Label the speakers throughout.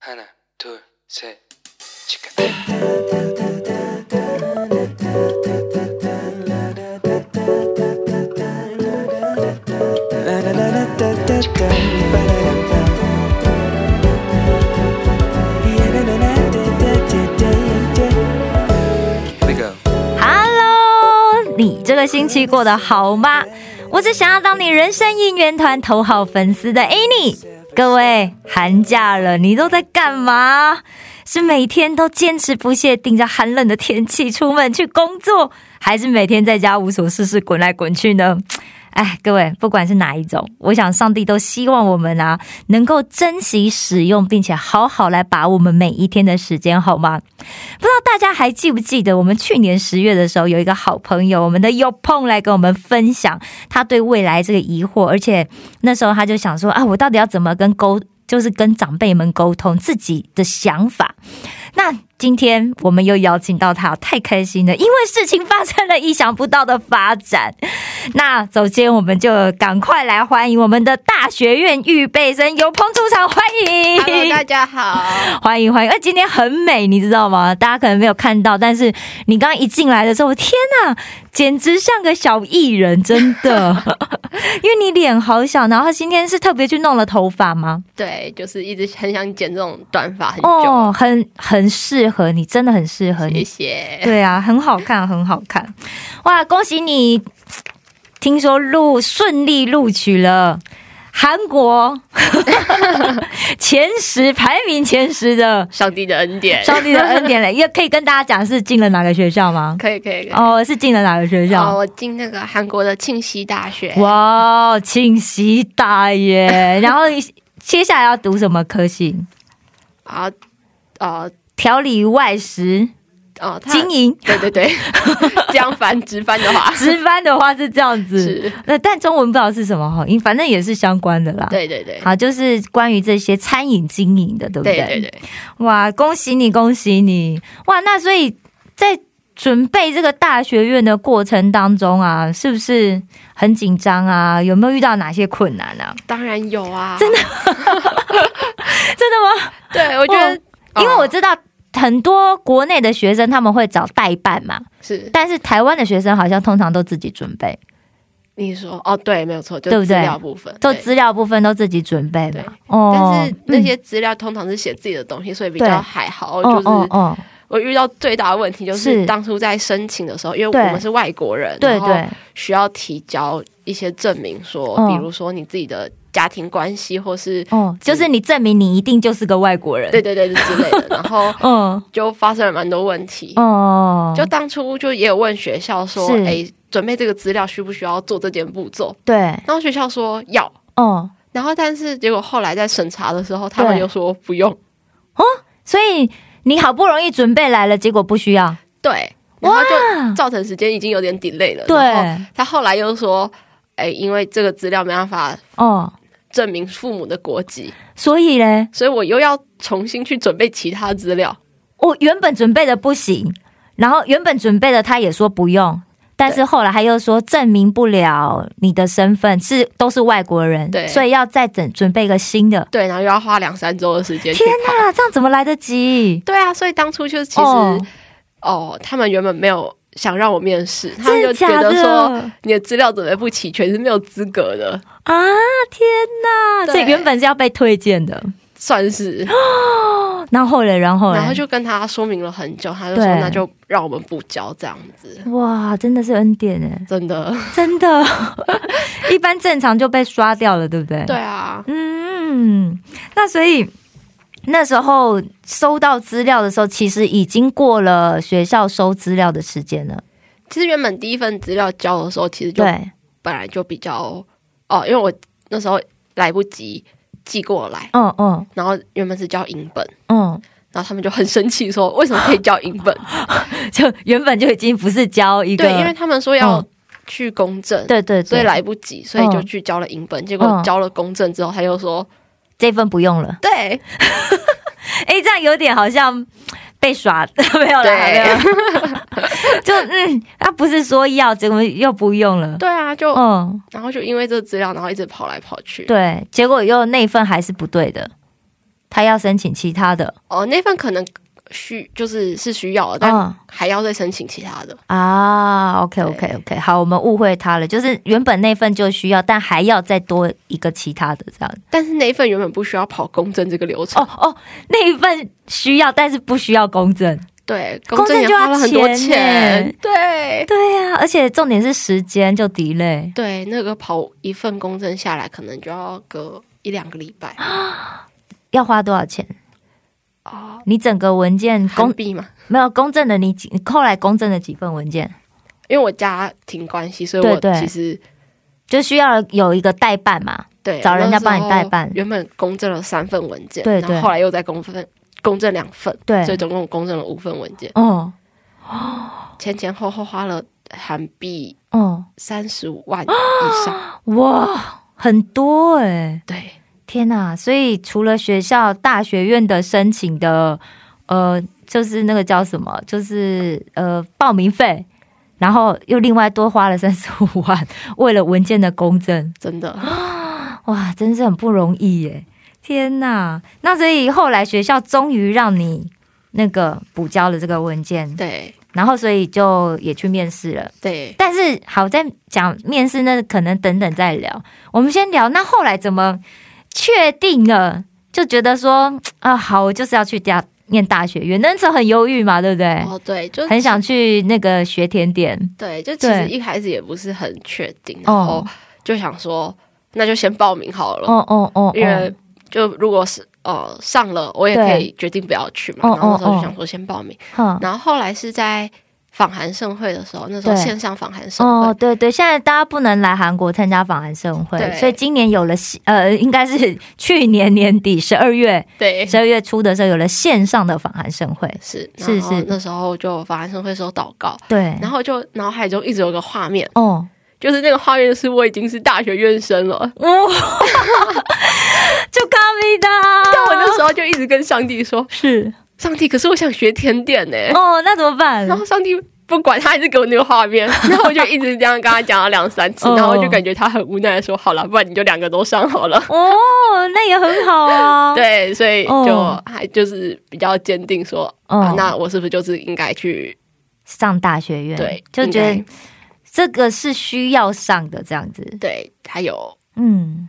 Speaker 1: 하나, 둘, 셋. 치카. Here we go.
Speaker 2: Hello，你这个星期过得好吗？我是想要当你人生应援团头号粉丝的 Annie。各位，寒假了，你都在干嘛？是每天都坚持不懈顶着寒冷的天气出门去工作，还是每天在家无所事事滚来滚去呢？哎，各位，不管是哪一种，我想上帝都希望我们啊，能够珍惜使用，并且好好来把我们每一天的时间，好吗？不知道大家还记不记得，我们去年十月的时候，有一个好朋友，我们的 y o p o n 来跟我们分享他对未来这个疑惑，而且那时候他就想说啊，我到底要怎么跟沟，就是跟长辈们沟通自己的想法。那今天我们又邀请到他，太开心了，因为事情发生了意想不到的发展。那首先我们就赶快来欢迎我们的大学院预备生有朋出场，欢迎
Speaker 3: Hello，大家好。
Speaker 2: 欢迎欢迎！哎，今天很美，你知道吗？大家可能没有看到，但是你刚刚一进来的时候，天呐，简直像个小艺人，真的。 因为你脸好小，然后今天是特别去弄了头发吗？
Speaker 3: 对，就是一直很想剪这种短发很久。
Speaker 2: 哦，很很适合你，真的很适合
Speaker 3: 谢
Speaker 2: 你。
Speaker 3: 谢。
Speaker 2: 对啊，很好看，很好看。哇，恭喜你！听说录顺利录取了韩国 前十排名前十的
Speaker 3: 上帝的恩典。
Speaker 2: 上帝的恩 典嘞，也可以跟大家讲是进了哪个学校吗？
Speaker 3: 可以可以可以。
Speaker 2: 哦，是进了哪个学
Speaker 3: 哦，
Speaker 2: 校？
Speaker 3: 我进那个韩国的庆熙大学。
Speaker 2: 哇，庆熙大 耶！然后接下来要读什么科系？
Speaker 3: 啊啊
Speaker 2: 调理外食、
Speaker 3: 哦，他
Speaker 2: 经营。
Speaker 3: 对对 对，这样翻直翻的话
Speaker 2: 值班的话是这样子，
Speaker 3: 是，
Speaker 2: 那但中文不知道是什么哈，因反正也是相关的啦。，
Speaker 3: 对对对
Speaker 2: 好，就是关于这些餐饮经营的，对不
Speaker 3: 对对对。
Speaker 2: 哇，恭喜你，恭喜你！哇，那所以在准备这个大学院的过程当中啊，是不是很紧张啊？有没有遇到哪些困难啊？
Speaker 3: 当然有啊，真的
Speaker 2: 真的吗？
Speaker 3: 对，我觉得，
Speaker 2: 因为我
Speaker 3: 哦
Speaker 2: 知道很多国内的学生他们会找代办嘛，
Speaker 3: 是
Speaker 2: 但是台湾的学生好像通常都自己准备，
Speaker 3: 你说哦，对，没有错，就
Speaker 2: 对不
Speaker 3: 资
Speaker 2: 对
Speaker 3: 料部分
Speaker 2: 做
Speaker 3: 对
Speaker 2: 资料部分都自己准备
Speaker 3: 对
Speaker 2: 嘛。哦
Speaker 3: 但是那
Speaker 2: 嗯
Speaker 3: 些资料通常是写自己的东西，所以比
Speaker 2: 对
Speaker 3: 较还好。
Speaker 2: 哦
Speaker 3: 就是
Speaker 2: 哦哦，
Speaker 3: 我遇到最大的问题就是是当初在申请的时候，因为
Speaker 2: 对
Speaker 3: 我们是外国人，
Speaker 2: 对
Speaker 3: 然后
Speaker 2: 对，
Speaker 3: 需要提交一些证明说，
Speaker 2: 嗯
Speaker 3: 比如说你自己的家庭关系，或是
Speaker 2: 哦，就是你证明你一定就是个外国人。
Speaker 3: 对，对对之类的，然后
Speaker 2: 嗯，
Speaker 3: 就发生了蛮多问题。
Speaker 2: 哦，
Speaker 3: 就当初就也有问学校说，
Speaker 2: 是
Speaker 3: 哎，准备这个资料需不需要做这件步骤？
Speaker 2: 对，
Speaker 3: 然后学校说要，
Speaker 2: 哦。
Speaker 3: 然后但是结果后来在审查的时候，他们
Speaker 2: 对
Speaker 3: 又说不用。
Speaker 2: 所以你好不容易准备来了，结果不需要。
Speaker 3: 对，然后
Speaker 2: 哇，
Speaker 3: 就造成时间已经有点 delay 了。呃然后
Speaker 2: 对，
Speaker 3: 他后来又说，哎，因为这个资料没办法
Speaker 2: 哦，
Speaker 3: 证明父母的国籍，
Speaker 2: 所以嘞，
Speaker 3: 所以我又要重新去准备其他资料。
Speaker 2: 我原本准备的不行，然后原本准备的他也说不用，但是后来他又说证明不了你的身份是都是外国人，
Speaker 3: 对
Speaker 2: 所以要再整准备一个新的。
Speaker 3: 对，然后又要花两三周的时间去
Speaker 2: 天哪，这样怎么来得及？
Speaker 3: 对啊，所以当初就是其实
Speaker 2: 哦
Speaker 3: 哦他们原本没有想让我面试，他
Speaker 2: 真
Speaker 3: 们就
Speaker 2: 的
Speaker 3: 觉
Speaker 2: 假
Speaker 3: 得说
Speaker 2: 的
Speaker 3: 你的资料准备不齐全是没有资格的，
Speaker 2: 啊？天哪，
Speaker 3: 对
Speaker 2: 这原本是要被推荐的，
Speaker 3: 算是。
Speaker 2: 然后嘞，然后嘞，
Speaker 3: 然后就跟他说明了很久，他就说
Speaker 2: 对
Speaker 3: 那就让我们不交这样子，
Speaker 2: 哇，真的是恩典哎，
Speaker 3: 真的。
Speaker 2: 真的， 一般正常就被刷掉了，对不对？
Speaker 3: 对啊，
Speaker 2: 嗯，那所以那时候收到资料的时候，其实已经过了学校收资料的时间了。
Speaker 3: 其实原本第一份资料交的时候，其实就
Speaker 2: 对，
Speaker 3: 本来就比较哦，因为我那时候来不及寄过来，
Speaker 2: 嗯嗯
Speaker 3: 然后原本是交银本，
Speaker 2: 嗯，
Speaker 3: 然后他们就很生气说， 为什么可以交银本？
Speaker 2: 就原本就已经不是交一个，
Speaker 3: 对，因为他们说要
Speaker 2: 嗯
Speaker 3: 去公证，
Speaker 2: 对对
Speaker 3: 所以
Speaker 2: 对，
Speaker 3: 来不及，所以就去交了银本。结果
Speaker 2: 嗯
Speaker 3: 交了公证之后，他又说，
Speaker 2: 这份不用了。
Speaker 3: 对，
Speaker 2: 哎，这样有点好像被耍， 没有啦，
Speaker 3: 对
Speaker 2: 没有啦。就嗯，他不是说要，怎么又不用了？
Speaker 3: 对啊，就
Speaker 2: 嗯，
Speaker 3: 然后就因为这资料，然后一直跑来跑去。
Speaker 2: 对，结果又那份还是不对的。他要申请其他的
Speaker 3: 哦，那份可能需就是是需要的，但
Speaker 2: 嗯
Speaker 3: 还要再申请其他的。
Speaker 2: 啊，OK OK OK，好，我们误会他了，就是原本那份就需要，但还要再多一个其他的这样。
Speaker 3: 但是那一份原本不需要跑公证这个流程，
Speaker 2: 哦哦，那一份需要，但是不需要公证。
Speaker 3: 对，
Speaker 2: 公证
Speaker 3: 证也
Speaker 2: 就要
Speaker 3: 花了很多
Speaker 2: 钱欸
Speaker 3: 对
Speaker 2: 对啊呀、而且重点是时间就 delay。
Speaker 3: 对，那个跑一份公证下来，可能就要个一两个礼拜
Speaker 2: 啊要花多少钱？
Speaker 3: 啊，
Speaker 2: 你整个文件
Speaker 3: 公
Speaker 2: 公
Speaker 3: 币嘛。
Speaker 2: 没有公证的你几，你后来公证的几份文件，
Speaker 3: 因为我家庭关系，所以
Speaker 2: 对
Speaker 3: 我
Speaker 2: 对
Speaker 3: 其实
Speaker 2: 就需要有一个代办嘛。
Speaker 3: 对
Speaker 2: 找人家
Speaker 3: 我那时候
Speaker 2: 帮你代办
Speaker 3: 原本公证了三份文件，
Speaker 2: 对
Speaker 3: 然后
Speaker 2: 对
Speaker 3: 后来又再公分公证两份，
Speaker 2: 对
Speaker 3: 所以总共公证了五份文件，
Speaker 2: 哦
Speaker 3: 前前后后花了韩币
Speaker 2: 哦，
Speaker 3: 三十五万以 上。
Speaker 2: 哇，很多哎、
Speaker 3: 对，
Speaker 2: 天呐、所以除了学校、大学院的申请的，呃，就是那个叫什么，就是呃报名费，然后又另外多花了三十五万， 为了文件的公证，
Speaker 3: 真的。
Speaker 2: 哇，真是很不容易耶！天呐、那所以后来学校终于让你那个补交了这个文件，
Speaker 3: 对
Speaker 2: 然后所以就也去面试了。
Speaker 3: 对，
Speaker 2: 但是好在讲面试那可能等等再聊，我们先聊那后来怎么确定了，就觉得说嘖啊好，我就是要去大念大学院，那时候很忧郁嘛，对不对？
Speaker 3: 哦对，就
Speaker 2: 很想去那个学甜点，
Speaker 3: 对，就其实
Speaker 2: 对
Speaker 3: 一开始也不是很确定，然
Speaker 2: 哦
Speaker 3: 后就想说，那就先报名好了，
Speaker 2: 哦哦哦，
Speaker 3: 因
Speaker 2: 哦
Speaker 3: 为就如果是呃上了，我也
Speaker 2: 对
Speaker 3: 可以决定不要去嘛。
Speaker 2: 哦
Speaker 3: 然后那时候
Speaker 2: 哦哦
Speaker 3: 就想说先报名，
Speaker 2: 哼
Speaker 3: 然后后来是在访韩盛会的时候，那时候
Speaker 2: 对
Speaker 3: 线上访韩盛会
Speaker 2: 哦，，对对，现在大家不能来韩国参加访韩盛会，
Speaker 3: 对
Speaker 2: 所以今年有了线呃，应该是去年年底十二月
Speaker 3: 对
Speaker 2: 十，二月初的时候有了线上的访韩盛会，
Speaker 3: 是
Speaker 2: 是
Speaker 3: 然后
Speaker 2: 是嗯
Speaker 3: 那时候就访韩盛会的时候祷告，
Speaker 2: 对，
Speaker 3: 然后就脑海中一直有个画面，
Speaker 2: 哦，
Speaker 3: 就是那个画面是我已经是大学院生了，
Speaker 2: 哇， 就咖喱的，啊
Speaker 3: 但我那时候就一直跟上帝说，
Speaker 2: 是
Speaker 3: 上帝，可是我想学甜点欸呢、
Speaker 2: 哦，那怎么办？
Speaker 3: 然后上帝不管，他还是给我那个画面，然后我就一直这样跟他讲了两 三次
Speaker 2: 哦，
Speaker 3: 然后我就感觉他很无奈的说：“好了，不然你就两个都上好了。
Speaker 2: 哦，那也很好啊。”，
Speaker 3: 对，所以
Speaker 2: 哦
Speaker 3: 就还就是比较坚定说，
Speaker 2: 哦
Speaker 3: 啊，那我是不是就是应该去？
Speaker 2: 上大学院，
Speaker 3: 对
Speaker 2: 就觉
Speaker 3: 应
Speaker 2: 得
Speaker 3: 该
Speaker 2: 这个是需要上的，这样子，
Speaker 3: 对，还有
Speaker 2: 嗯。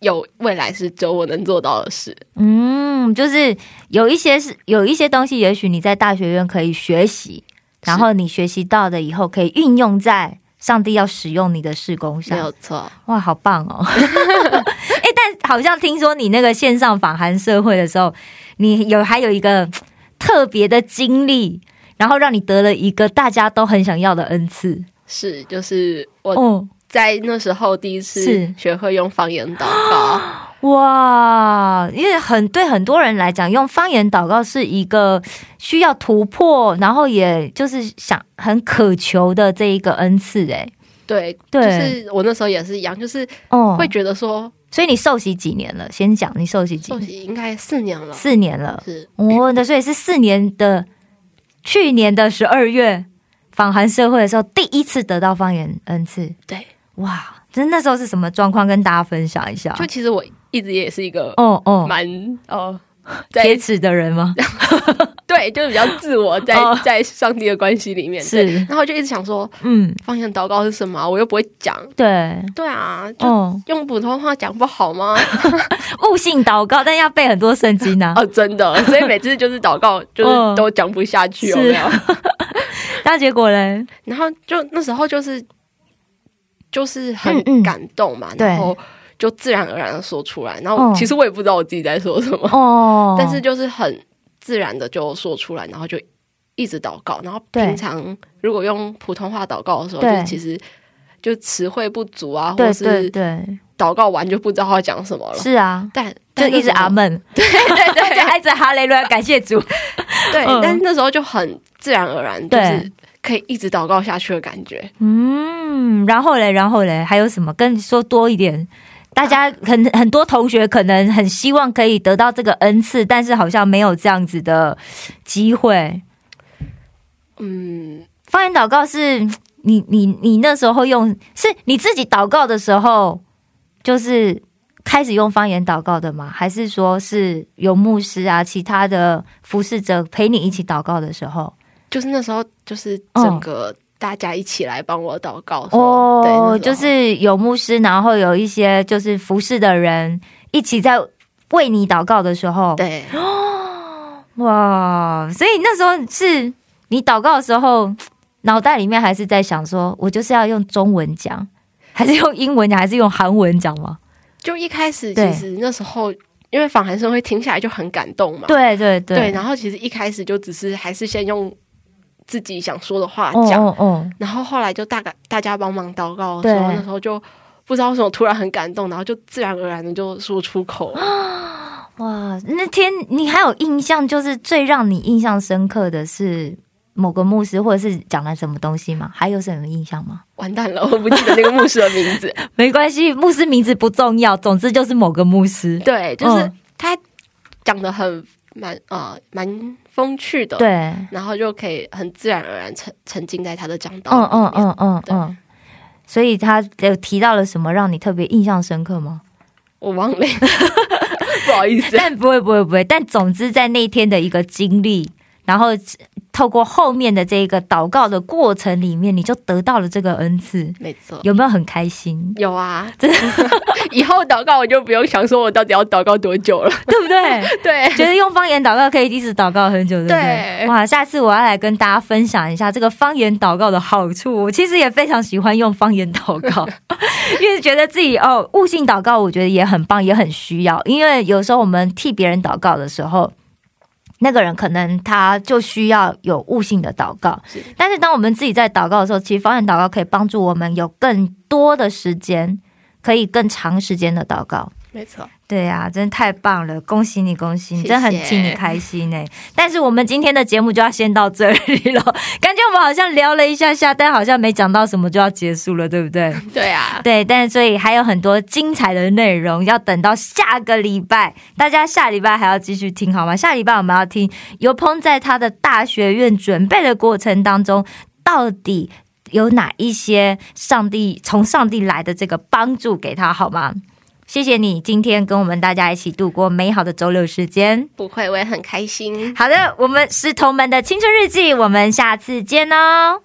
Speaker 3: 有未来是只有我能做到的事。
Speaker 2: 嗯，就是有一些是有一些东西，也许你在大学院可以学习，然后你学习到的以后可以运用在上帝要使用你的事工
Speaker 3: 没
Speaker 2: 上。
Speaker 3: 有错，
Speaker 2: 哇，好棒哦！ 哎、但好像听说你那个线上访韩社会的时候，你有还有一个嘖特别的经历，然后让你得了一个大家都很想要的恩赐。
Speaker 3: 是就是我
Speaker 2: 哦，
Speaker 3: 在那时候第一次
Speaker 2: 是
Speaker 3: 学会用方言祷告，
Speaker 2: 哇！因为很对很多人来讲，用方言祷告是一个需要突破，然后也就是想很渴求的这一个恩赐。哎，
Speaker 3: 对，就
Speaker 2: 对
Speaker 3: 是我那时候也是一样，就是
Speaker 2: 哦
Speaker 3: 会，觉得说，
Speaker 2: 所以你受洗几年了？先讲你受洗几
Speaker 3: 受
Speaker 2: 年？
Speaker 3: 洗应该四年了，
Speaker 2: 四年了。
Speaker 3: 是
Speaker 2: 哦，那所以是四年的，去年的十二月访韩社会的时候，第一次得到方言恩赐，
Speaker 3: 对。
Speaker 2: 哇！那那时候是什么状况？跟大家分享一下。
Speaker 3: 就其实我一直也是一个
Speaker 2: 啊哦哦，
Speaker 3: 蛮哦，
Speaker 2: 铁
Speaker 3: 在
Speaker 2: 齿的人 吗？
Speaker 3: 对，就是比较自 我在
Speaker 2: 哦
Speaker 3: 在上帝的关系里面对
Speaker 2: 是，
Speaker 3: 然后就一直想说
Speaker 2: 嗯，
Speaker 3: 方向祷告是什么啊，我又不会讲，
Speaker 2: 对，
Speaker 3: 对啊，就
Speaker 2: 哦，
Speaker 3: 用普通话讲不 好吗？
Speaker 2: 悟性祷告，但要背很多圣经啊。
Speaker 3: 哦，真的，所以每次就是祷 告
Speaker 2: 哦
Speaker 3: 就是都讲不下去，有没有？
Speaker 2: 那结果嘞？
Speaker 3: 然后就那时候就是就是
Speaker 2: 嗯嗯
Speaker 3: 很感动嘛，
Speaker 2: 对
Speaker 3: 然后就自然而然的说出来，然
Speaker 2: 哦
Speaker 3: 后其实我也不知道我自己在说什么，
Speaker 2: 哦，
Speaker 3: 但是就是很自然的就说出来，然后就一直祷告。然后
Speaker 2: 对
Speaker 3: 平常如果用普通话祷告的时候，
Speaker 2: 对
Speaker 3: 就其实就词汇不足啊，或
Speaker 2: 对
Speaker 3: 者
Speaker 2: 对
Speaker 3: 是
Speaker 2: 对，
Speaker 3: 祷告完就不知道要讲什么了。
Speaker 2: 是啊，
Speaker 3: 但
Speaker 2: 就
Speaker 3: 但
Speaker 2: 一直阿
Speaker 3: 闷，
Speaker 2: 门，对对对， 就一直哈雷路亚，感谢主。
Speaker 3: 对，
Speaker 2: 嗯
Speaker 3: 但是那时候就很自然而然，就
Speaker 2: 对
Speaker 3: 是可以一直祷告下去的感觉。
Speaker 2: 嗯，然后嘞，然后嘞，还有什么？跟你说多一点。大家很很多同学可能很希望可以得到这个恩赐，但是好像没有这样子的机会。
Speaker 3: 嗯，
Speaker 2: 方言祷告是你你你那时候用，是你自己祷告的时候，就是开始用方言祷告的吗？还是说是有牧师啊，其他的服侍者陪你一起祷告的时候？
Speaker 3: 就是那时候就是整个大家一起来帮我祷告说对那时
Speaker 2: 嗯哦
Speaker 3: 候，
Speaker 2: 就是有牧师，然后有一些就是服侍的人一起在为你祷告的时候，
Speaker 3: 对，
Speaker 2: 哇！所以那时候是你祷告的时候，脑袋里面还是在想说，我就是要用中文讲，还是用英文讲，还是用韩文讲吗？
Speaker 3: 就一开始
Speaker 2: 对
Speaker 3: 其实那时候因为访韩生会听下来就很感动嘛，
Speaker 2: 对对对，
Speaker 3: 对，然后其实一开始就只是还是先用自己想说的话
Speaker 2: 哦
Speaker 3: 讲，
Speaker 2: 哦哦，
Speaker 3: 然后后来就大概大家帮忙祷告的时候，
Speaker 2: 对
Speaker 3: 那时候就不知道为什么突然很感动，然后就自然而然的就说出口 了。
Speaker 2: 哇！那天你还有印象，就是最让你印象深刻的是某个牧师，或者是讲了什么东西吗？还有什么印象吗？
Speaker 3: 完蛋了，我不记得那个牧师的名 字。
Speaker 2: 没关系，牧师名字不重要，总之就是某个牧师。
Speaker 3: 对，就是
Speaker 2: 嗯
Speaker 3: 他讲的很蛮呃蛮风趣的，，
Speaker 2: 对，
Speaker 3: 然后就可以很自然而然沉沉浸在他的讲道
Speaker 2: 嗯嗯
Speaker 3: 里面。
Speaker 2: 嗯嗯
Speaker 3: 对
Speaker 2: 嗯。所以他有提到了什么让你特别印象深刻吗？
Speaker 3: 我忘了， 不好意思。
Speaker 2: 但不会不会不会，但总之在那一天的一个经历，然后透过后面的这个祷告的过程里面，你就得到了这个恩赐，
Speaker 3: 没错，
Speaker 2: 有没有很开 心？
Speaker 3: 有啊，真的。以后祷告我就不用想说我到底要祷告多久了。
Speaker 2: 对不对？
Speaker 3: 对，
Speaker 2: 觉得用方言祷告可以一直祷告很久，对不对？
Speaker 3: 对
Speaker 2: 哇，下次我要来跟大家分享一下这个方言祷告的好处。我其实也非常喜欢用方言祷 告，因为觉得自己哦，悟性祷告我觉得也很棒，也很需要。因为有时候我们替别人祷告的时候。那个人可能他就需要有悟性的祷告
Speaker 3: 是，
Speaker 2: 但是当我们自己在祷告的时候，其实方言祷告可以帮助我们有更多的时间，可以更长时间的祷告。
Speaker 3: 没错，
Speaker 2: 对呀、真的太棒了！恭喜你，恭喜你，
Speaker 3: 谢谢
Speaker 2: 真的很替你开心哎、但是我们今天的节目就要先到这里了，感觉我们好像聊了一下下，但好像没讲到什么就要结束了，对不对？
Speaker 3: 对啊，
Speaker 2: 对，但所以还有很多精彩的内容要等到下个礼拜，大家下礼拜还要继续听好吗？下礼拜我们要听尤鹏在他的大学院准备的过程当中，到底有哪一些上帝从上帝来的这个帮助给他好吗？谢谢你今天跟我们大家一起度过美好的周六时间。
Speaker 3: 不会，我也很开心。
Speaker 2: 好的，我们是同门的青春日记，我们下次见哦，